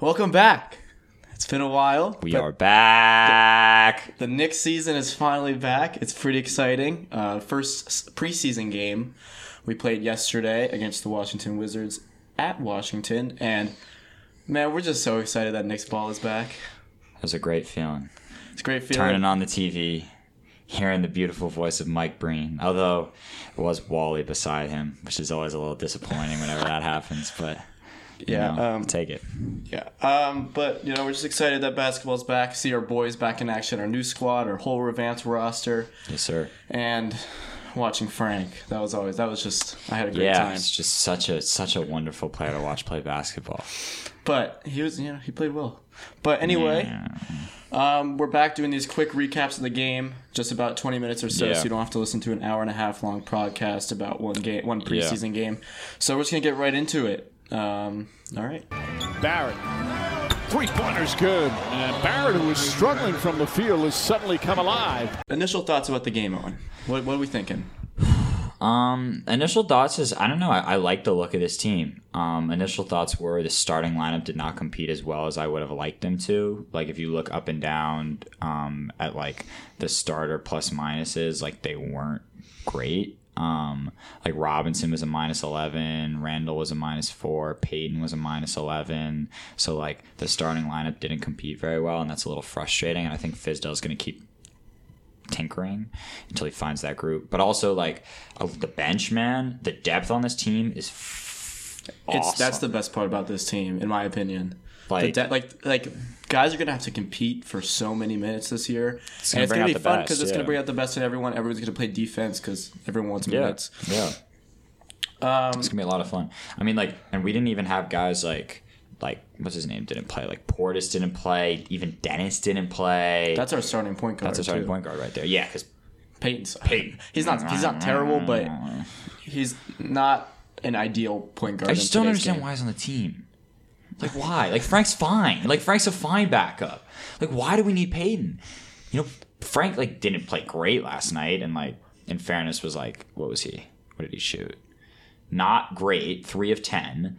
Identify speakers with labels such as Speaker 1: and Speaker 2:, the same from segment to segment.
Speaker 1: Welcome back. It's been a while.
Speaker 2: We
Speaker 1: but
Speaker 2: are back.
Speaker 1: The Knicks season is finally back. It's pretty exciting. Uh, first s- preseason game we played yesterday against the Washington Wizards at Washington, and man, we're just so excited that Knicks ball is back.
Speaker 2: It was a great feeling.
Speaker 1: It's a great feeling.
Speaker 2: Turning on the TV, hearing the beautiful voice of Mike Breen. Although it was Wally beside him, which is always a little disappointing whenever that happens. But you
Speaker 1: Yeah,
Speaker 2: know,
Speaker 1: um,
Speaker 2: take it.
Speaker 1: Yeah. Um, but you know, we're just excited that basketball's back. See our boys back in action, our new squad, our whole revamped roster,
Speaker 2: Yes, sir.
Speaker 1: and watching Frank. That was always that was just I had a great
Speaker 2: Yeah,
Speaker 1: time.
Speaker 2: it's just such a such a wonderful player to watch play basketball.
Speaker 1: But he was you know, he played well. But anyway, um, we're back doing these quick recaps of the game, just about twenty minutes or so,
Speaker 2: Yeah.
Speaker 1: so you don't have to listen to an hour and a half long podcast about one game one preseason game. So we're just gonna get right into it. Um, all right.
Speaker 3: Barrett. Three pointers good. And Barrett, who was struggling from the field, has suddenly come alive.
Speaker 1: Initial thoughts about the game, Owen. What what are we thinking?
Speaker 2: Um, initial thoughts is I don't know. I, I like the look of this team. Um, initial thoughts were the starting lineup did not compete as well as I would have liked them to. Like if you look up and down, um, at like the starter plus minuses, like they weren't great. Um, like Robinson was a minus eleven, Randall was a minus four, Peyton was a minus eleven. So like the starting lineup didn't compete very well, and that's a little frustrating. And I think Fizdale's going to keep tinkering until he finds that group. But also, like uh, the bench, man, the depth on this team is f- awesome.
Speaker 1: It's that's the best part about this team, in my opinion. Like,
Speaker 2: Like-
Speaker 1: the de- like, like guys are gonna have to compete for so many minutes this year,
Speaker 2: It's
Speaker 1: and
Speaker 2: gonna
Speaker 1: it's
Speaker 2: bring
Speaker 1: gonna
Speaker 2: out
Speaker 1: be
Speaker 2: the
Speaker 1: fun
Speaker 2: best,
Speaker 1: because it's gonna
Speaker 2: yeah.
Speaker 1: bring out the best in everyone. Everyone's gonna play defense because everyone wants
Speaker 2: yeah,
Speaker 1: minutes.
Speaker 2: yeah.
Speaker 1: Um,
Speaker 2: it's gonna be a lot of fun. I mean, like, and we didn't even have guys like. Like what's his name didn't play. Like Portis didn't play. Even Dennis didn't play.
Speaker 1: That's our starting point guard.
Speaker 2: That's a starting
Speaker 1: too.
Speaker 2: point guard right there. Yeah, because
Speaker 1: Peyton's
Speaker 2: Peyton.
Speaker 1: He's not he's not terrible, but
Speaker 2: Mm.
Speaker 1: he's not an ideal point guard.
Speaker 2: I just don't understand why he's on the team. Like why? Like Frank's fine. Like Frank's a fine backup. Like why do we need Peyton? You know, Frank like didn't play great last night, and like in fairness was like, what was he? What did he shoot? Not great, three of ten,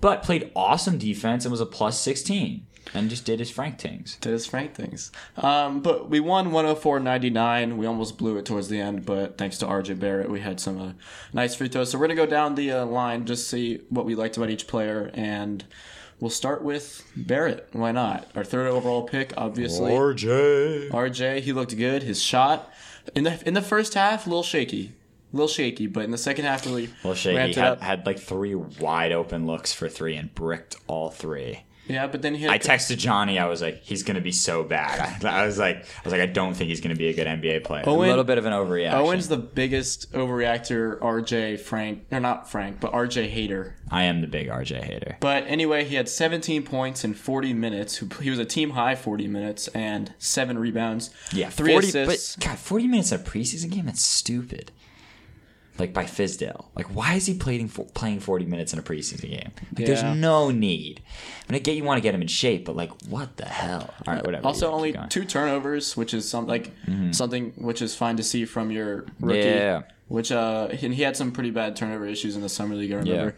Speaker 2: but played awesome defense and was a plus sixteen, and just did his Frank things.
Speaker 1: did his Frank things. Um, but we won 104-99. We almost blew it towards the end, but thanks to RJ Barrett, we had some uh, nice free throws. So we're going to go down the uh, line, just see what we liked about each player, and we'll start with Barrett. Why not? Our third overall pick, obviously.
Speaker 2: RJ.
Speaker 1: RJ, he looked good. His shot in the in the first half, a little shaky. A little shaky, but in the second half, really
Speaker 2: Well,
Speaker 1: ramped
Speaker 2: Shaky
Speaker 1: it
Speaker 2: had,
Speaker 1: up.
Speaker 2: had like three wide open looks for three and bricked all three.
Speaker 1: yeah, but then he had
Speaker 2: I texted Johnny. I was like, he's gonna be so bad. I, I was like, I was like, I don't think he's gonna be a good NBA player.
Speaker 1: Owen-
Speaker 2: a little bit of an overreaction.
Speaker 1: Owen's the biggest overreactor. RJ Frank, or not Frank, but RJ hater.
Speaker 2: I am the big RJ hater.
Speaker 1: But anyway, he had 17 points in 40 minutes. Who- He was a team high 40 minutes and seven rebounds.
Speaker 2: Yeah,
Speaker 1: three
Speaker 2: 40,
Speaker 1: assists.
Speaker 2: But God, forty minutes in a preseason game. That's stupid. Like by Fizdale. Like, why is he playing for, playing forty minutes in a preseason game? Like,
Speaker 1: Yeah.
Speaker 2: there's no need. I mean, I get you want to get him in shape, but like, what the hell? All right, whatever.
Speaker 1: also,
Speaker 2: yeah, keep
Speaker 1: only
Speaker 2: going. Mm-hmm.
Speaker 1: two turnovers, which is some like something which is fine to see from your rookie.
Speaker 2: Yeah.
Speaker 1: Which uh, and he had some pretty bad turnover issues in the summer league. I remember.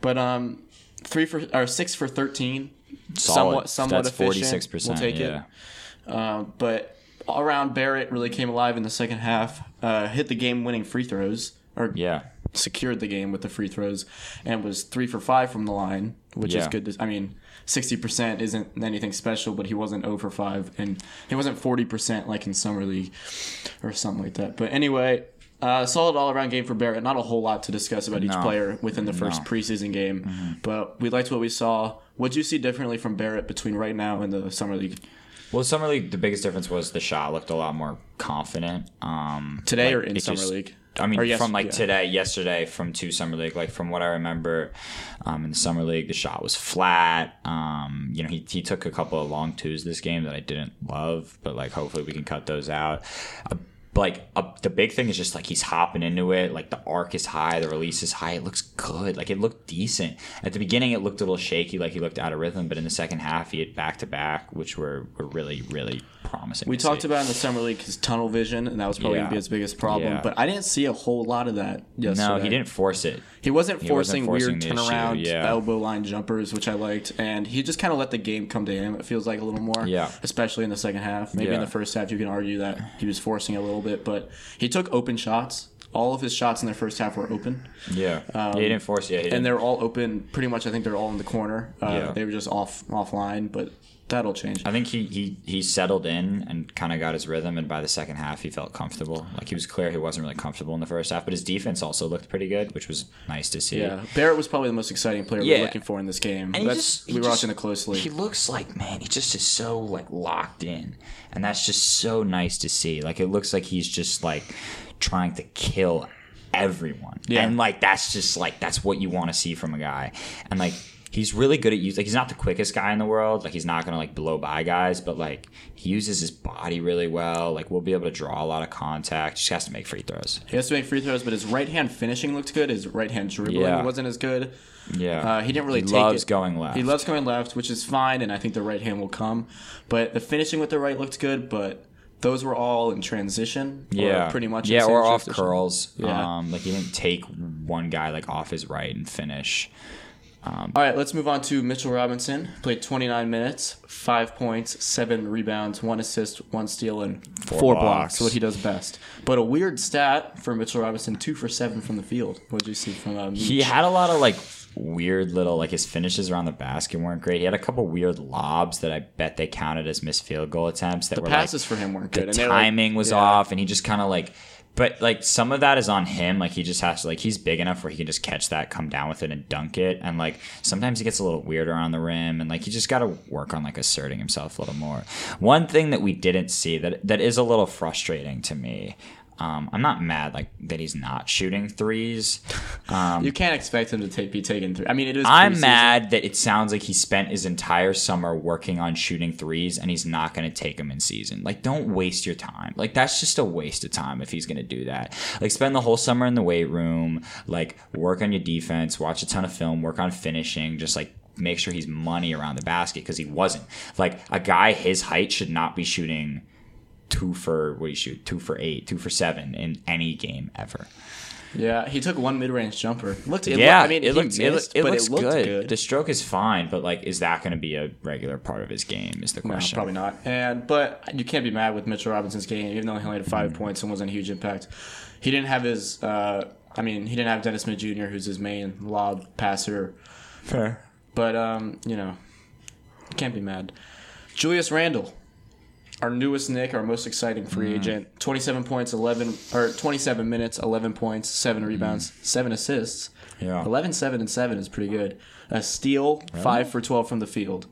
Speaker 1: But um, three for or six for 13. Somewhat,
Speaker 2: Solid.
Speaker 1: somewhat
Speaker 2: That's
Speaker 1: efficient.
Speaker 2: 46%,
Speaker 1: We'll take
Speaker 2: yeah.
Speaker 1: it. Um, but all around Barrett really came alive in the second half. Uh, hit the game-winning free throws or
Speaker 2: Yeah,
Speaker 1: secured the game with the free throws and was three for five from the line, which is
Speaker 2: Yeah.
Speaker 1: good. To, I mean, sixty percent isn't anything special, but he wasn't zero for five, and he wasn't forty percent like in summer league or something like that. But anyway, uh, solid all around game for Barrett. Not a whole lot to discuss about each
Speaker 2: No. Mm-hmm.
Speaker 1: player within the first preseason game, but we liked what we saw. What do you see differently from Barrett between right now and the summer league
Speaker 2: Well, summer league, the biggest difference was the shot looked a lot more confident. Um,
Speaker 1: today
Speaker 2: like,
Speaker 1: or in
Speaker 2: it
Speaker 1: summer
Speaker 2: just-
Speaker 1: league?
Speaker 2: I mean,
Speaker 1: Or yes-
Speaker 2: from like
Speaker 1: yeah.
Speaker 2: today, yesterday, from two summer league, like from what I remember, um, in the summer league, the shot was flat. Um, you know, he, he took a couple of long twos this game that I didn't love, but like hopefully we can cut those out. Uh, like uh, the big thing is just like he's hopping into it. Like the arc is high, the release is high. It looks good. Like it looked decent at the beginning. It looked a little shaky, like he looked out of rhythm. But in the second half, he had back to back, which were were really really promising.
Speaker 1: We
Speaker 2: to
Speaker 1: talked
Speaker 2: see.
Speaker 1: about in the summer league his tunnel vision, and that was probably
Speaker 2: Yeah.
Speaker 1: gonna be his biggest problem.
Speaker 2: Yeah.
Speaker 1: But I didn't see a whole lot of that yesterday.
Speaker 2: No, he didn't force it.
Speaker 1: He wasn't forcing
Speaker 2: wasn't forcing
Speaker 1: weird
Speaker 2: the issue,
Speaker 1: turnaround
Speaker 2: yeah.
Speaker 1: elbow line jumpers, which I liked, and he just kind of let the game come to him. It feels like a little more,
Speaker 2: Yeah.
Speaker 1: Especially in the second half. Maybe in
Speaker 2: Yeah.
Speaker 1: the first half, you can argue that he was forcing a little bit, but he took open shots. All of his shots in the first half were open,
Speaker 2: Yeah, he didn't force it. Yeah,
Speaker 1: Um,
Speaker 2: he
Speaker 1: and
Speaker 2: didn't.
Speaker 1: they're all open. Pretty much, I think they're all in the corner. Uh,
Speaker 2: Yeah.
Speaker 1: They were just off offline, but that'll change.
Speaker 2: I think he, he, he settled in and kind of got his rhythm, and by the second half, he felt comfortable. Like he was clear he wasn't really comfortable in the first half, but his defense also looked pretty good, which was nice to see.
Speaker 1: Yeah, Barrett was probably the most exciting player we
Speaker 2: Yeah.
Speaker 1: were looking for in this game.
Speaker 2: And he
Speaker 1: That's,
Speaker 2: just- he
Speaker 1: we were
Speaker 2: just-
Speaker 1: watching it closely.
Speaker 2: He looks like man, he just is so like locked in, and that's just so nice to see. Like it looks like he's just like trying to kill everyone,
Speaker 1: Yeah.
Speaker 2: and like that's just like that's what you want to see from a guy, and like. He's really good at using. Like he's not the quickest guy in the world. Like he's not gonna like blow by guys, but like he uses his body really well. Like we'll be able to draw a lot of contact. Just has to make free throws.
Speaker 1: He has to make free throws, but his right hand finishing looked good. His right hand dribbling
Speaker 2: Yeah.
Speaker 1: wasn't as good.
Speaker 2: Yeah,
Speaker 1: Uh, he didn't really
Speaker 2: He
Speaker 1: take
Speaker 2: loves
Speaker 1: it.
Speaker 2: going left.
Speaker 1: He loves going left, which is fine, and I think the right hand will come. But the finishing with the right looked good, but those were all in transition. or
Speaker 2: yeah,
Speaker 1: pretty much. in
Speaker 2: Yeah,
Speaker 1: the same
Speaker 2: or off
Speaker 1: transition.
Speaker 2: curls.
Speaker 1: Yeah.
Speaker 2: Um, like he didn't take one guy like off his right and finish.
Speaker 1: All right, let's move on to Mitchell Robinson. Played 29 minutes, five points, seven rebounds, one assist, one steal, and four, blocks.
Speaker 2: blocks.
Speaker 1: What he does best. But a weird stat for Mitchell Robinson: two for seven from the field. What did you see from um,
Speaker 2: He had a lot of like weird little like his finishes around the basket weren't great. He had a couple weird lobs that I bet they counted as missed field goal attempts that were like
Speaker 1: passes for him weren't
Speaker 2: the
Speaker 1: good. they were, like-
Speaker 2: timing was
Speaker 1: yeah.
Speaker 2: off and he just kind of like but like some of that is on him like he just has to like he's big enough where he can just catch that come down with it and dunk it and like sometimes he gets a little weirder on the rim and like he just got to work on like asserting himself a little more one thing that we didn't see that that is a little frustrating to me um, I'm not mad like that he's not shooting threes.
Speaker 1: You can't expect him to take, be taken through. I mean, it is.
Speaker 2: um, I'm
Speaker 1: preseason.
Speaker 2: mad that it sounds like he spent his entire summer working on shooting threes and he's not going to take them in season. Like, don't waste your time. Like, that's just a waste of time if he's going to do that. Like, spend the whole summer in the weight room, like, work on your defense, watch a ton of film, work on finishing, just like, make sure he's money around the basket because he wasn't. Like, a guy his height should not be shooting two for, what do you shoot? Two for eight, two for seven in any game ever.
Speaker 1: Yeah, he took one mid-range jumper. Looked, it
Speaker 2: yeah,
Speaker 1: looked- I mean,
Speaker 2: it
Speaker 1: he
Speaker 2: looks
Speaker 1: missed,
Speaker 2: it, it
Speaker 1: but
Speaker 2: looks
Speaker 1: it looked
Speaker 2: good.
Speaker 1: good.
Speaker 2: The stroke is fine, but like, is that going to be a regular part of his game? Is the
Speaker 1: No, Uh,
Speaker 2: question?
Speaker 1: probably not. And but you can't be mad with Mitchell Robinson's game, even though he only had five points and wasn't a huge impact. He didn't have his. Uh, I mean, he didn't have Dennis Smith Jr., who's his main lob passer.
Speaker 2: Fair.
Speaker 1: But um, you know, you can't be mad. Julius Randle, our newest Nick, our most exciting free agent. Twenty-seven points, eleven or twenty-seven minutes, eleven points, seven rebounds, seven assists.
Speaker 2: Yeah.
Speaker 1: 11, 7, and 7 is pretty good. A steal, 5 for 12 from the field.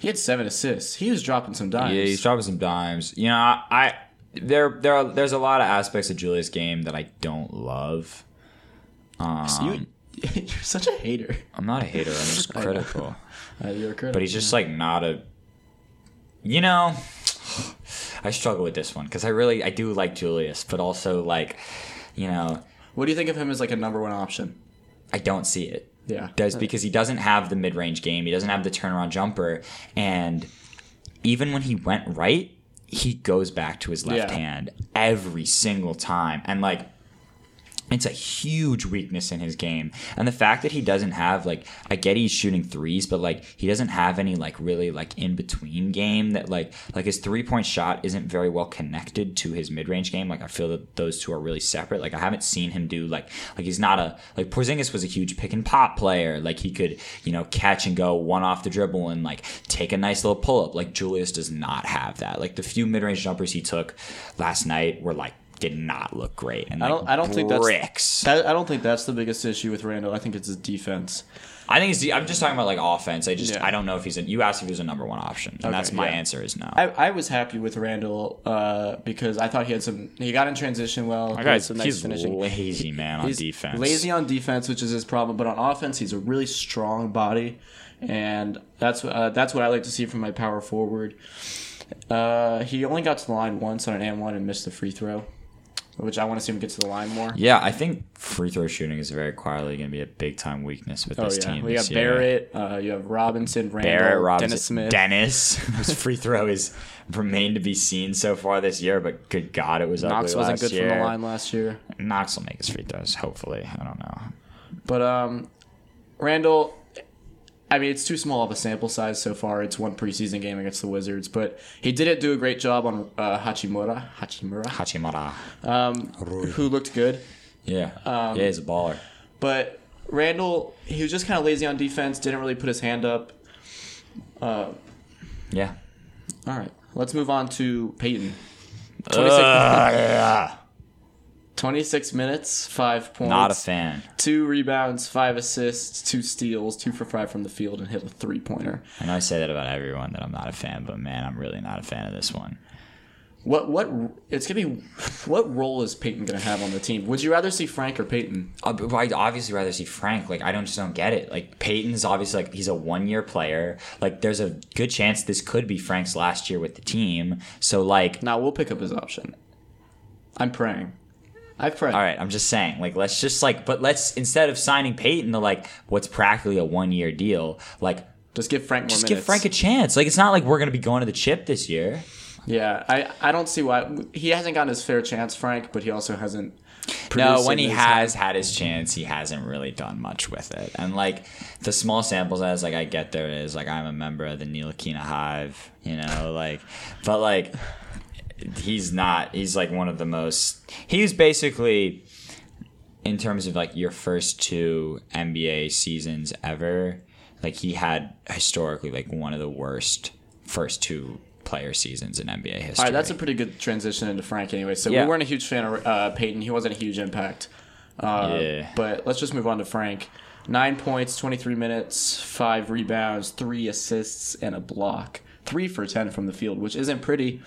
Speaker 1: He had 7 assists. He was dropping some dimes.
Speaker 2: Yeah, he's dropping some dimes. You know, I, I there there are, there's a lot of aspects of Julius' game that I don't love. Um,
Speaker 1: you, you're such a hater.
Speaker 2: I'm not a hater. I'm just critical.
Speaker 1: Uh, you're a critic.
Speaker 2: but he's just like not a you know i struggle with this one because i really i do like julius but also like you know
Speaker 1: what do you think of him as like a number one option?
Speaker 2: i don't see it
Speaker 1: Yeah.
Speaker 2: does because he doesn't have the mid-range game he doesn't have the turnaround jumper and even when he went right he goes back to his left
Speaker 1: Yeah.
Speaker 2: hand every single time and like it's a huge weakness in his game. And the fact that he doesn't have like I get he's shooting threes, but like he doesn't have any like really like in between game that like like his three point shot isn't very well connected to his mid range game. Like I feel that those two are really separate. Like I haven't seen him do like like he's not a like Porzingis was a huge pick and pop player. Like he could, you know, catch and go one off the dribble and like take a nice little pull up. Like Julius does not have that. Like the few mid range jumpers he took last night were like did not look great. And
Speaker 1: I don't, I don't think that's.
Speaker 2: bricks.
Speaker 1: That, I don't think that's the biggest issue with Randall. I think it's his defense.
Speaker 2: I think he's. I'm just talking about like offense. I just
Speaker 1: Yeah.
Speaker 2: I don't know if he's. A, you asked if he was a number one option, and that's my
Speaker 1: yeah.
Speaker 2: answer is no.
Speaker 1: I, I was happy with Randall uh, because I thought he had some. He got in transition well. He had some nice
Speaker 2: he's
Speaker 1: finishing.
Speaker 2: lazy man on defense.
Speaker 1: Lazy on defense, which is his problem, but on offense, he's a really strong body, and that's what- uh, that's what I like to see from my power forward. Uh, he only got to the line once on an and one and missed the free throw. which I want to see him get to the line more.
Speaker 2: Yeah, I think free throw shooting is very quietly going to be a big time weakness with
Speaker 1: Oh
Speaker 2: this
Speaker 1: yeah,
Speaker 2: team.
Speaker 1: we
Speaker 2: this
Speaker 1: have
Speaker 2: year.
Speaker 1: Barrett. Uh, you have Robinson, Randall,
Speaker 2: Barrett, Robinson,
Speaker 1: Dennis Smith.
Speaker 2: Dennis, whose free throw is remained to be seen so far this year, but good God, it was
Speaker 1: Knox
Speaker 2: ugly
Speaker 1: wasn't
Speaker 2: last
Speaker 1: good
Speaker 2: year.
Speaker 1: from the line last year,
Speaker 2: Knox will make his free throws, hopefully. I don't know.
Speaker 1: but um, Randall. I mean, it's too small of a sample size so far. It's one preseason game against the Wizards, but he didn't do a great job on uh, Hachimura, Hachimura,
Speaker 2: Hachimura.
Speaker 1: um, who looked good.
Speaker 2: Yeah. yeah, he's a baller.
Speaker 1: But Randall, he was just kind of lazy on defense. Didn't really put his hand up.
Speaker 2: Yeah.
Speaker 1: All right, let's move on to Peyton. 26,
Speaker 2: Ugh, yeah.
Speaker 1: 26 minutes, five points,
Speaker 2: Not a fan.
Speaker 1: two rebounds, five assists, two steals, two for five from the field, and hit a three pointer.
Speaker 2: I know I say that about everyone that I'm not a fan, but man, I'm really not a fan of this one.
Speaker 1: What what it's gonna be? What role is Peyton gonna have on the team? Would you rather see Frank or Peyton?
Speaker 2: Uh, but I'd obviously rather see Frank. Like I don't just don't get it. Like Peyton's obviously like he's a one year player. Like there's a good chance this could be Frank's last year with the team. So like
Speaker 1: Now we'll pick up his option. I'm praying. I pray.
Speaker 2: all right, I'm just saying like let's just like but let's instead of signing Peyton to like what's practically a one year deal like.
Speaker 1: Just give Frank more
Speaker 2: Just
Speaker 1: minutes.
Speaker 2: give Frank a chance. Like it's not like we're gonna be going to the chip this year.
Speaker 1: yeah, I, I don't see why he hasn't gotten his fair chance, Frank, but he also hasn't.
Speaker 2: No,
Speaker 1: produced
Speaker 2: when
Speaker 1: in
Speaker 2: he
Speaker 1: his-
Speaker 2: has had his chance, he hasn't really done much with it. And like the small sample size, like I get there is like I'm a member of the Neelakina Hive, you know, like, but like he's not. He's like one of the most. He's basically in terms of like your first two NBA seasons ever. Like he had historically like one of the worst first two player seasons in NBA history.
Speaker 1: All right, that's a pretty good transition into Frank anyway. So
Speaker 2: Yeah.
Speaker 1: we weren't a huge fan of uh, Peyton. He wasn't a huge impact. Uh,
Speaker 2: Yeah.
Speaker 1: But let's just move on to Frank. Nine points, 23 minutes, five rebounds, three assists, and a block. Three for 10 from the field, which isn't pretty.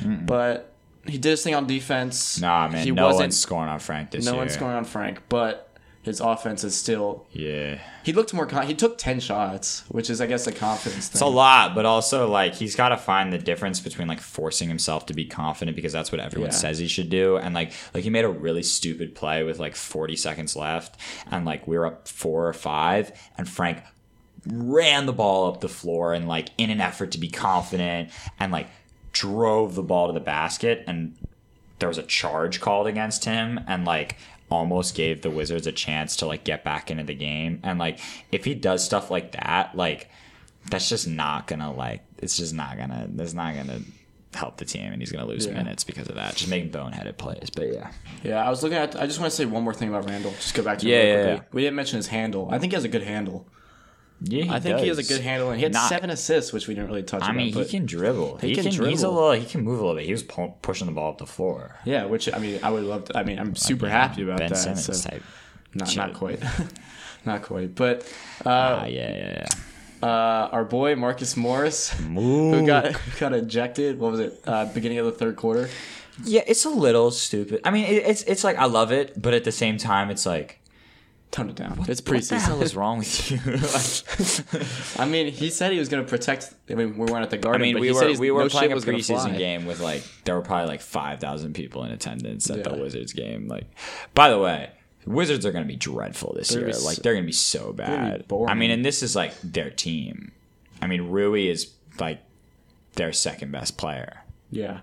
Speaker 1: But he did his thing on defense.
Speaker 2: nah, man.
Speaker 1: He
Speaker 2: no
Speaker 1: wasn't,
Speaker 2: one's scoring on Frank this
Speaker 1: no
Speaker 2: year.
Speaker 1: one's scoring on Frank, but his offense is still.
Speaker 2: Yeah.
Speaker 1: He looked more. Con- he took 10 shots, which is, I guess, a confidence thing.
Speaker 2: It's a lot, but also like he's got to find the difference between like forcing himself to be confident because that's what everyone
Speaker 1: Yeah.
Speaker 2: says he should do, and like like he made a really stupid play with like 40 seconds left, and like we were up four or five, and Frank ran the ball up the floor and like in an effort to be confident and like drove the ball to the basket and there was a charge called against him and like almost gave the Wizards a chance to like get back into the game. And like if he does stuff like that, like that's just not gonna like it's just not gonna that's not gonna help the team and he's gonna lose minutes because of that. Just making boneheaded plays. But yeah.
Speaker 1: Yeah, I was looking at. I just want to say one more thing about Randall. Just go back to it
Speaker 2: Yeah,
Speaker 1: really
Speaker 2: yeah,
Speaker 1: quickly. We didn't mention his handle. I think he has a good handle.
Speaker 2: Yeah,
Speaker 1: I think he has a good handle, and he had
Speaker 2: Not-
Speaker 1: seven assists, which we didn't really touch.
Speaker 2: I mean,
Speaker 1: about,
Speaker 2: he
Speaker 1: but-
Speaker 2: can dribble. He,
Speaker 1: can
Speaker 2: can, He's a
Speaker 1: dribble.
Speaker 2: little. He can move a little bit. He was pu- pushing the ball up the floor.
Speaker 1: Yeah, which I mean, I would love. To, I mean, I'm super happy about
Speaker 2: uh, ben
Speaker 1: that.
Speaker 2: Simmons
Speaker 1: so-
Speaker 2: type.
Speaker 1: Not,
Speaker 2: Should've-
Speaker 1: not quite. Not quite, but
Speaker 2: Ah, yeah, yeah,
Speaker 1: uh, our boy Marcus Morris, who
Speaker 2: Mook.
Speaker 1: got got ejected. What was it? Uh, beginning of the third quarter.
Speaker 2: yeah. Yeah, it's a little stupid. I mean, it, it's it's like I love it, but at the same time, it's like
Speaker 1: Toned it down. it's
Speaker 2: what the hell
Speaker 1: preseason.
Speaker 2: is wrong with you?
Speaker 1: I mean, he said he was going to protect. I mean, we weren't at the
Speaker 2: I
Speaker 1: Garden.
Speaker 2: mean,
Speaker 1: but
Speaker 2: we
Speaker 1: he said
Speaker 2: were
Speaker 1: he's-
Speaker 2: we were
Speaker 1: no shit
Speaker 2: playing a
Speaker 1: was gonna fly.
Speaker 2: preseason game with like there were probably like five thousand people in attendance at the
Speaker 1: Yeah.
Speaker 2: Wizards game. Like, by the way, Wizards are going to be dreadful this
Speaker 1: gonna
Speaker 2: year.
Speaker 1: be
Speaker 2: Like,
Speaker 1: so-
Speaker 2: they're going to be
Speaker 1: gonna
Speaker 2: so
Speaker 1: be
Speaker 2: bad. I
Speaker 1: boring.
Speaker 2: mean, and this is like their team. I mean, Rui is like their second best player.
Speaker 1: Yeah,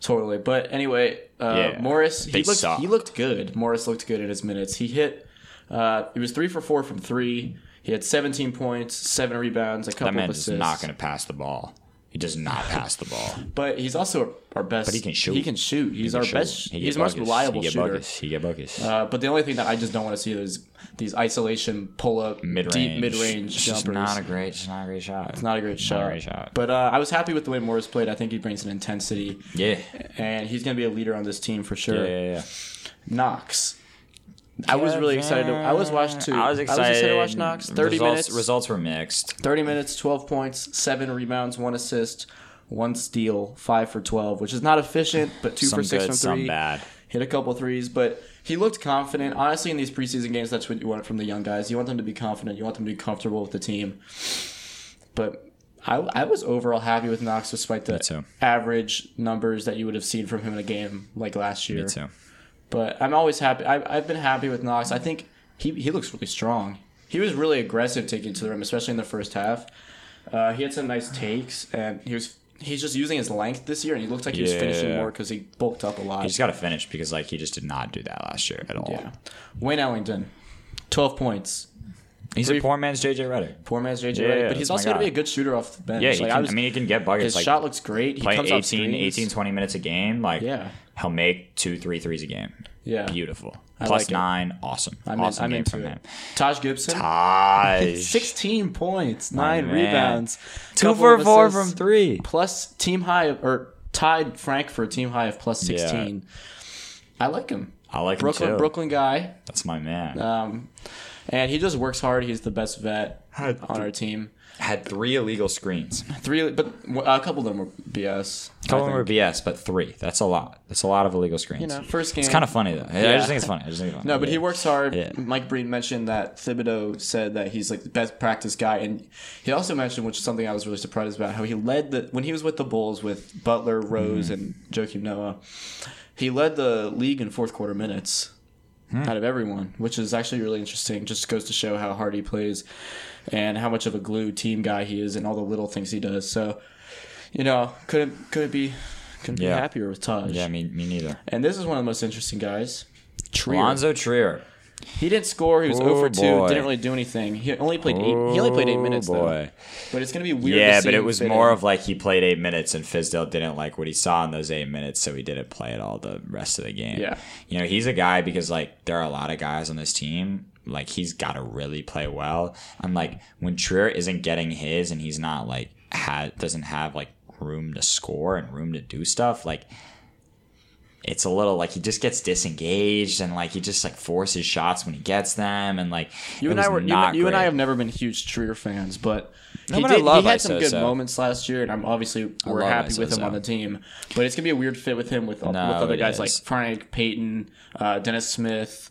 Speaker 1: totally. But anyway, uh,
Speaker 2: Yeah,
Speaker 1: Morris
Speaker 2: they
Speaker 1: he looked
Speaker 2: suck.
Speaker 1: he looked good. Morris looked good in his minutes. He hit. Uh, he was three for four from three. He had 17 points, seven rebounds, a couple
Speaker 2: That man
Speaker 1: of
Speaker 2: is
Speaker 1: assists.
Speaker 2: not going to pass the ball. He does not pass the ball.
Speaker 1: But he's also our best. But
Speaker 2: he can shoot.
Speaker 1: He can shoot. He's our
Speaker 2: Shoot.
Speaker 1: best.
Speaker 2: He
Speaker 1: he's
Speaker 2: get
Speaker 1: the most
Speaker 2: buckets.
Speaker 1: reliable
Speaker 2: he get
Speaker 1: shooter.
Speaker 2: Buckets. He get buckets.
Speaker 1: Uh, but the only thing that I just don't want to see is these isolation pull up
Speaker 2: mid
Speaker 1: deep
Speaker 2: range.
Speaker 1: mid range
Speaker 2: It's
Speaker 1: jumpers.
Speaker 2: just not a great. It's not a great shot.
Speaker 1: It's not a great shot.
Speaker 2: great shot.
Speaker 1: But uh, I was happy with the way Morris played. I think he brings an intensity,
Speaker 2: Yeah.
Speaker 1: and he's going to be a leader on this team for sure.
Speaker 2: Yeah, yeah, yeah.
Speaker 1: Knox. I was really excited. To, I was watched too.
Speaker 2: I was excited.
Speaker 1: to watch Knox. Thirty
Speaker 2: results,
Speaker 1: minutes.
Speaker 2: Results were mixed.
Speaker 1: Thirty minutes. Twelve points. Seven rebounds. One assist. One steal. Five for twelve, which is not efficient, but two
Speaker 2: Some
Speaker 1: for six
Speaker 2: good,
Speaker 1: from
Speaker 2: some
Speaker 1: three.
Speaker 2: bad.
Speaker 1: Hit a couple threes, but he looked confident. Honestly, in these preseason games, that's what you want from the young guys. You want them to be confident. You want them to be comfortable with the team. But I, I was overall happy with Knox, despite the
Speaker 2: too.
Speaker 1: average numbers that you would have seen from him in a game like last year.
Speaker 2: Me too.
Speaker 1: But I'm always happy. I, I've been happy with Knox. I think he, he looks really strong. He was really aggressive taking it to the rim, especially in the first half. Uh, he had some nice takes, and he was he's just using his length this year, and he looked like he was finishing
Speaker 2: Yeah.
Speaker 1: more because he bulked up a lot.
Speaker 2: He's got to finish because like he just did not do that last year at all.
Speaker 1: yeah. Wayne Ellington, 12 points.
Speaker 2: He's a poor man's JJ Reddick.
Speaker 1: Poor man's JJ
Speaker 2: Yeah,
Speaker 1: Redick, but he's
Speaker 2: that's my
Speaker 1: also going to
Speaker 2: guy.
Speaker 1: be a good shooter off the bench.
Speaker 2: Yeah, he
Speaker 1: Like,
Speaker 2: can, I, mean he can get buckets.
Speaker 1: his
Speaker 2: like
Speaker 1: shot looks great. He
Speaker 2: play
Speaker 1: comes off
Speaker 2: 18,
Speaker 1: screens.
Speaker 2: 18, 20 minutes a game. Like
Speaker 1: Yeah.
Speaker 2: he'll make two, three threes a game.
Speaker 1: Yeah.
Speaker 2: beautiful.
Speaker 1: I
Speaker 2: Plus
Speaker 1: like it.
Speaker 2: nine, awesome.
Speaker 1: I'm, in-
Speaker 2: awesome
Speaker 1: I'm
Speaker 2: game
Speaker 1: into
Speaker 2: from
Speaker 1: it.
Speaker 2: him.
Speaker 1: Taj Gibson,
Speaker 2: Taj.
Speaker 1: 16 points,
Speaker 2: my
Speaker 1: 9
Speaker 2: man.
Speaker 1: rebounds,
Speaker 2: Two
Speaker 1: couple
Speaker 2: for
Speaker 1: of
Speaker 2: four from
Speaker 1: assists,
Speaker 2: three.
Speaker 1: Plus team high, of- or tied Frank for a team high of plus 16. I like him.
Speaker 2: I like
Speaker 1: Brooklyn,
Speaker 2: him too.
Speaker 1: Brooklyn guy.
Speaker 2: That's my man.
Speaker 1: Um, and he just works hard. He's the best vet
Speaker 2: Had
Speaker 1: on our team.
Speaker 2: Had three illegal screens.
Speaker 1: Three, but uh, a couple of them were BS. I
Speaker 2: A couple of them were
Speaker 1: think.
Speaker 2: BS, but three. That's a lot. That's a lot of illegal screens.
Speaker 1: know, first
Speaker 2: It's
Speaker 1: game-
Speaker 2: kind of funny though. I- I just think it's funny. I just think it's funny.
Speaker 1: No, but he
Speaker 2: Yeah.
Speaker 1: works hard.
Speaker 2: Yeah.
Speaker 1: Mike Breen mentioned that Thibodeau said that he's like the best practice guy, and he also mentioned, which is something I was really surprised about, how he led the when he was with the Bulls with Butler,
Speaker 2: Hmm.
Speaker 1: Rose, and Joakim Noah, he led the league in fourth quarter minutes
Speaker 2: Hmm.
Speaker 1: out of everyone, which is actually really interesting. Just goes to show how hard he plays and how much of a glue team guy he is, and all the little things he does. So, you know, couldn't couldn't be couldn't
Speaker 2: Yeah.
Speaker 1: be happier with Taj.
Speaker 2: Yeah, me, me neither.
Speaker 1: And this is one of the most interesting guys. Trier.
Speaker 2: Alonzo Trier.
Speaker 1: He didn't score. He was
Speaker 2: Oh,
Speaker 1: over 2.
Speaker 2: boy.
Speaker 1: Didn't really do anything. He only played eight. He only played eight
Speaker 2: Oh,
Speaker 1: minutes
Speaker 2: boy.
Speaker 1: though. But it's gonna be weird.
Speaker 2: Yeah,
Speaker 1: to see
Speaker 2: but it
Speaker 1: him
Speaker 2: was
Speaker 1: fit
Speaker 2: more
Speaker 1: in.
Speaker 2: of like he played eight minutes and Fizdale didn't like what he saw in those eight minutes, so he didn't play it all the rest of the game.
Speaker 1: Yeah.
Speaker 2: You know, he's a guy because like there are a lot of guys on this team. Like he's gotta really play well. I'm like when Trier isn't getting his and he's not like had doesn't have like room to score and room to do stuff, like it's a little like he just gets disengaged and like he just like forces shots when he gets them and like
Speaker 1: you
Speaker 2: it
Speaker 1: and I
Speaker 2: was
Speaker 1: were you,
Speaker 2: not
Speaker 1: you and I
Speaker 2: great.
Speaker 1: have never been huge Trier fans, but he,
Speaker 2: but I
Speaker 1: did,
Speaker 2: love
Speaker 1: he had
Speaker 2: Iso,
Speaker 1: some good
Speaker 2: so-
Speaker 1: moments last year, and I'm obviously we're
Speaker 2: love
Speaker 1: happy
Speaker 2: Iso,
Speaker 1: with him
Speaker 2: so.
Speaker 1: on the team. But it's gonna be a weird fit with him with with
Speaker 2: No,
Speaker 1: other
Speaker 2: it
Speaker 1: guys like
Speaker 2: is.
Speaker 1: Frank Payton, uh, Dennis Smith.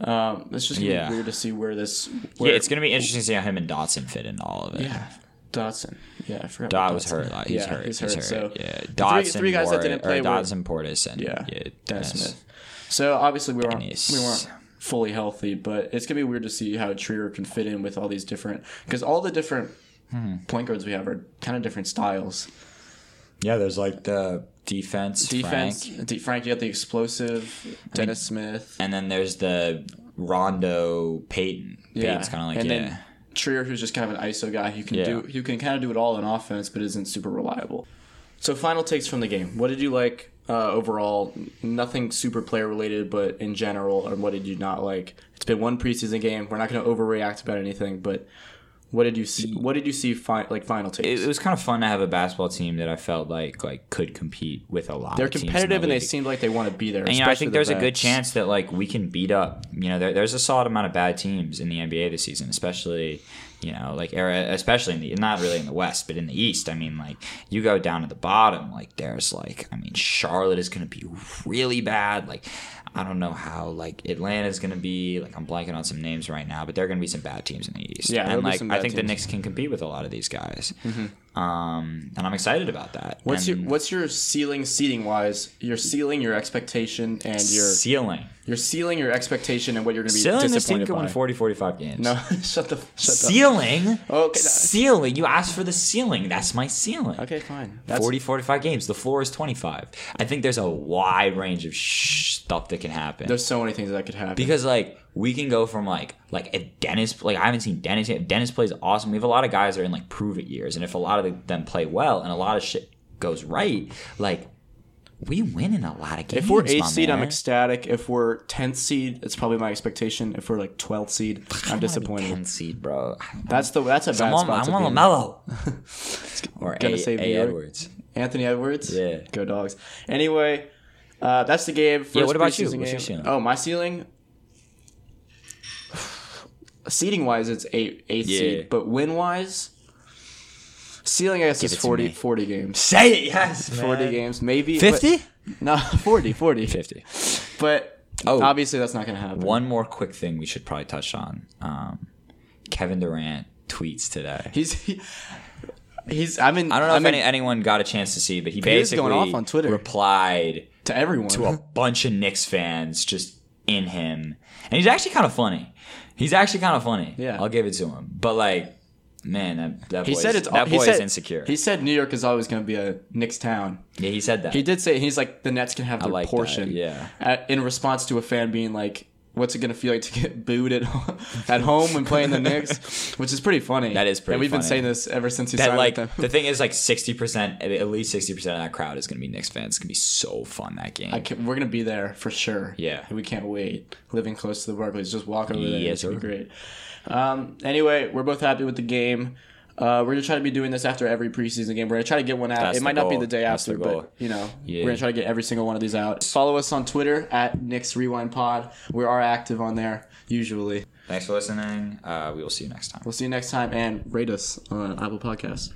Speaker 1: Um, it's just gonna
Speaker 2: Yeah.
Speaker 1: be weird to see where this. Where,
Speaker 2: yeah, it's gonna be interesting to see how him and Dotson fit into all of it.
Speaker 1: yeah. Dotson. Yeah, I forgot.
Speaker 2: Dot
Speaker 1: about
Speaker 2: was
Speaker 1: Dotson.
Speaker 2: hurt. Like, he's
Speaker 1: yeah,
Speaker 2: hurt.
Speaker 1: He's hurt. So
Speaker 2: yeah,
Speaker 1: the
Speaker 2: Dotson.
Speaker 1: three, three guys that didn't play
Speaker 2: or
Speaker 1: were
Speaker 2: Dotson Portis and
Speaker 1: Yeah,
Speaker 2: yeah
Speaker 1: Dennis
Speaker 2: Dennis.
Speaker 1: Smith. So obviously we weren't
Speaker 2: Dennis.
Speaker 1: we weren't fully healthy, but it's gonna be weird to see how Trier can fit in with all these different because all the different
Speaker 2: Hmm.
Speaker 1: point guards we have are kind of different styles.
Speaker 2: Yeah, there's like the defense,
Speaker 1: Defense,
Speaker 2: Frank,
Speaker 1: De- Frank you got the explosive Dennis Smith.
Speaker 2: and then there's the Rondo Peyton.
Speaker 1: Yeah,
Speaker 2: Peyton's kind of like
Speaker 1: and
Speaker 2: yeah.
Speaker 1: then Trier, who's just kind of an ISO guy who can
Speaker 2: Yeah.
Speaker 1: do who can kind of do it all on offense, but isn't super reliable. So final takes from the game. What did you like? Uh, overall, nothing super player related, but in general, and what did you not like? It's been one preseason game. We're not going to overreact about anything, but what did you see? What did you see? Fi- like final takes.
Speaker 2: it, it was kind of fun to have a basketball team that I felt like like could compete with a lot.
Speaker 1: They're
Speaker 2: of teams in the
Speaker 1: competitive, and they
Speaker 2: league.
Speaker 1: seemed like they want to be there.
Speaker 2: And, you know, I
Speaker 1: especially
Speaker 2: think
Speaker 1: the
Speaker 2: there's a good
Speaker 1: vets.
Speaker 2: chance that like we can beat up. You know, there, there's a solid amount of bad teams in the NBA this season, especially you know, like or especially in the not really in the West, but in the East. I mean, like you go down to the bottom, like there's like I mean, Charlotte is going to be really bad. Like I don't know how like Atlanta's going to be. Like I'm blanking on some names right now, but there are going to be some bad teams in the East.
Speaker 1: Yeah, there'll
Speaker 2: and
Speaker 1: be
Speaker 2: like
Speaker 1: some
Speaker 2: I
Speaker 1: bad
Speaker 2: think
Speaker 1: teams.
Speaker 2: the
Speaker 1: Mm-hmm.
Speaker 2: Knicks can compete with a lot of these guys. Um, and I'm excited about that.
Speaker 1: What's
Speaker 2: and
Speaker 1: your What's your ceiling seating wise? Your ceiling, your expectation, and your
Speaker 2: ceiling?
Speaker 1: You're sealing your expectation and what you're going to be
Speaker 2: Ceiling this team
Speaker 1: disappointed
Speaker 2: could win
Speaker 1: by.
Speaker 2: 40, 45 games.
Speaker 1: no, shut the shut the.
Speaker 2: ceiling.
Speaker 1: Okay.
Speaker 2: Ceiling. You asked for the ceiling. That's my ceiling.
Speaker 1: Okay, fine. That's,
Speaker 2: 40, 45 games. The floor is 25. I think there's a wide range of sh- stuff that can happen.
Speaker 1: There's so many things that could happen.
Speaker 2: because like we can go from like like if Dennis like I haven't seen Dennis yet. If Dennis plays awesome. We have a lot of guys that are in like prove it years, and if a lot of them play well and a lot of shit goes right, like we win in a lot of games.
Speaker 1: if we're
Speaker 2: my
Speaker 1: eighth seed, I'm
Speaker 2: man.
Speaker 1: ecstatic. If we're tenth seed, it's probably my expectation. If we're like twelfth seed,
Speaker 2: I
Speaker 1: I'm
Speaker 2: don't wanna be
Speaker 1: disappointed.
Speaker 2: 10 seed, bro. I don't
Speaker 1: That's the that's a bad
Speaker 2: I'm on,
Speaker 1: spot to
Speaker 2: I'm on
Speaker 1: be in.
Speaker 2: LaMelo. or
Speaker 1: Gotta
Speaker 2: a,
Speaker 1: save
Speaker 2: a
Speaker 1: New York.
Speaker 2: Edwards.
Speaker 1: Anthony Edwards.
Speaker 2: Yeah.
Speaker 1: Go dogs. Anyway, uh, that's the game. First
Speaker 2: what about you?
Speaker 1: preseason
Speaker 2: What's your
Speaker 1: game.
Speaker 2: ceiling?
Speaker 1: Oh, my ceiling. Seating wise, it's eight eighth
Speaker 2: Yeah.
Speaker 1: seed, but win wise, ceiling I guess is
Speaker 2: it to
Speaker 1: 40,
Speaker 2: me.
Speaker 1: 40 games.
Speaker 2: Say it, yes.
Speaker 1: 40 games, maybe but-
Speaker 2: 50?
Speaker 1: No, 40, 40.
Speaker 2: 50.
Speaker 1: But
Speaker 2: Oh.
Speaker 1: obviously that's not going to happen.
Speaker 2: One more quick thing we should probably touch on. Um, Kevin Durant tweets today.
Speaker 1: He's he, he's I'm in
Speaker 2: I don't know
Speaker 1: I'm
Speaker 2: if
Speaker 1: in,
Speaker 2: any, anyone got a chance to see, but he
Speaker 1: was
Speaker 2: basically
Speaker 1: going off on Twitter.
Speaker 2: replied
Speaker 1: to everyone.
Speaker 2: to a bunch of Knicks fans just in him. And he's actually kind of funny. He's actually kind of funny.
Speaker 1: Yeah.
Speaker 2: I'll give it to him. But like, man, that, that
Speaker 1: he
Speaker 2: boy,
Speaker 1: said
Speaker 2: is,
Speaker 1: it's
Speaker 2: that
Speaker 1: he
Speaker 2: boy
Speaker 1: said,
Speaker 2: is insecure.
Speaker 1: He said New York is always going to be a Knicks town.
Speaker 2: yeah, he said that.
Speaker 1: He did say he's like the Nets can have their
Speaker 2: like that,
Speaker 1: portion.
Speaker 2: yeah.
Speaker 1: At, in response to a fan being like, "What's it gonna feel like to get booed at home, at home when playing the Knicks?" Which is pretty funny.
Speaker 2: That is pretty
Speaker 1: And we've been
Speaker 2: funny.
Speaker 1: saying this ever since he
Speaker 2: that
Speaker 1: signed
Speaker 2: like
Speaker 1: with
Speaker 2: the
Speaker 1: them.
Speaker 2: thing is like sixty percent, at least sixty percent of that crowd is gonna be Knicks fans. It's gonna be so fun that game.
Speaker 1: I can- we're gonna be there for sure.
Speaker 2: Yeah.
Speaker 1: we can't wait. Living close to the Barclays, just walk over there.
Speaker 2: Yes,
Speaker 1: it's gonna be
Speaker 2: sir.
Speaker 1: great. Um, anyway, we're both happy with the game. Uh, we're gonna try to be doing this after every preseason game. We're gonna try to get one out.
Speaker 2: That's
Speaker 1: it
Speaker 2: the
Speaker 1: might not be
Speaker 2: goal.
Speaker 1: the day
Speaker 2: That's
Speaker 1: after,
Speaker 2: the goal.
Speaker 1: but you know,
Speaker 2: Yeah.
Speaker 1: we're gonna try to get every single one of these out. Follow us on Twitter at Nick's Rewind Pod. We are active on there usually.
Speaker 2: Thanks for listening. Uh, we will see you next time.
Speaker 1: We'll see you next time and rate us on Apple Podcasts.